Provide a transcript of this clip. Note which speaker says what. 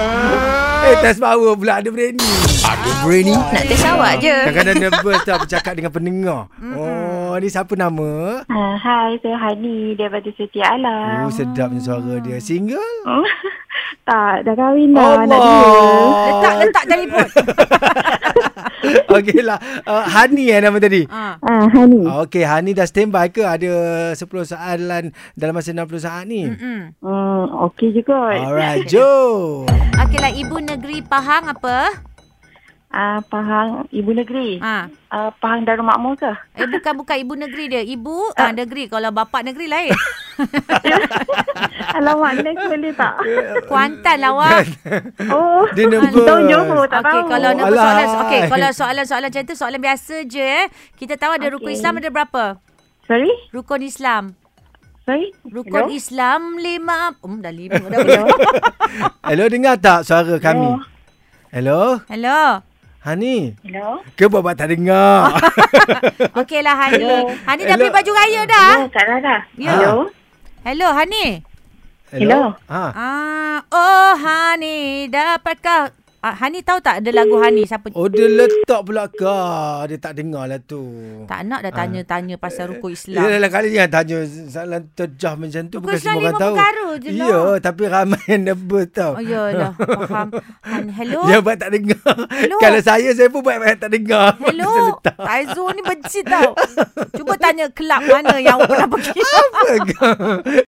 Speaker 1: ustaz.
Speaker 2: Eh, test power pula ada berani. Ada berani.
Speaker 3: Nak test awak je.
Speaker 2: Kadang-kadang nervous tau bercakap dengan pendengar. Oh, ni siapa nama?
Speaker 4: Ah, hai, saya Hani daripada Setia Alam.
Speaker 2: Oh, sedapnya suara dia. Single?
Speaker 4: Hmm. tak, Ah, dah kahwin dah. Nak
Speaker 2: Allah.
Speaker 3: Letak letak telefon.
Speaker 2: Okeylah. Uh, Hani eh nama tadi.
Speaker 3: Ha.
Speaker 4: Ah, Hani.
Speaker 2: Ah, Okey, Hani dah standby ke ada 10 soalan dalam masa 60 saat ni?
Speaker 3: Mm.
Speaker 4: Hmm, okey je kot.
Speaker 2: Alright, jom.
Speaker 3: Okeylah ibu negeri Pahang apa?
Speaker 4: Ah, Pahang, Ibu Negeri. Ah.
Speaker 3: Ha.
Speaker 4: Pahang Darul Makmur ke?
Speaker 3: Eh bukan bukan ibu negeri dia. Ibu ah, negeri kalau bapa negeri lain.
Speaker 4: Alamak, next boleh tak?
Speaker 3: Kuantan lah awak.
Speaker 4: Oh,
Speaker 2: Dia nervous.
Speaker 4: Tahun Johor, tak
Speaker 3: Okey
Speaker 4: tahu.
Speaker 3: kalau nak
Speaker 2: Alah.
Speaker 3: soalan okey kalau soalan-soalan macam tu soalan biasa je eh. Kita tahu ada rukun
Speaker 4: Okey.
Speaker 3: Islam ada berapa?
Speaker 4: Sorry?
Speaker 3: Rukun Islam.
Speaker 4: Sorry?
Speaker 3: Rukun
Speaker 4: Hello?
Speaker 3: Islam lima. Um dah lima dah belum.
Speaker 2: Hello, dengar tak suara kami? Hello?
Speaker 3: Hello.
Speaker 2: Hani?
Speaker 4: Hello?
Speaker 2: Ke buat tak dengar?
Speaker 3: Okeylah Hani.
Speaker 4: Hello.
Speaker 3: Hani dah
Speaker 2: Hello.
Speaker 3: beli baju raya dah.
Speaker 4: Hello, Kak Rara.
Speaker 3: Ya.
Speaker 4: Hello?
Speaker 3: Hello Hani.
Speaker 4: Hello.
Speaker 2: Ha.
Speaker 3: Ah, oh Hani dapatkah ah, Hani tahu tak ada lagu Hani siapa?
Speaker 2: Oh, dia letak pula kah? Dia tak dengar lah tu.
Speaker 3: Tak nak
Speaker 2: Ah.
Speaker 3: dah tanya-tanya pasal rukun Islam.
Speaker 2: Yelah lah, kali jangan tanya soalan terjah macam tu.
Speaker 3: Bukan
Speaker 2: Bukan semua
Speaker 3: soalan
Speaker 2: orang
Speaker 3: lima
Speaker 2: tahu.
Speaker 3: perkara je lah.
Speaker 2: Ya, tapi ramai yang nervous tau.
Speaker 3: Oh ya dah faham. Han, hello.
Speaker 2: Dia buat tak dengar.
Speaker 3: Hello.
Speaker 2: Kalau saya, saya pun buat tak dengar. Dia
Speaker 3: Hello.
Speaker 2: letak.
Speaker 3: Taizul ni benci tau. Cuba tanya kelab mana yang awak pernah pergi.
Speaker 2: Apa kau?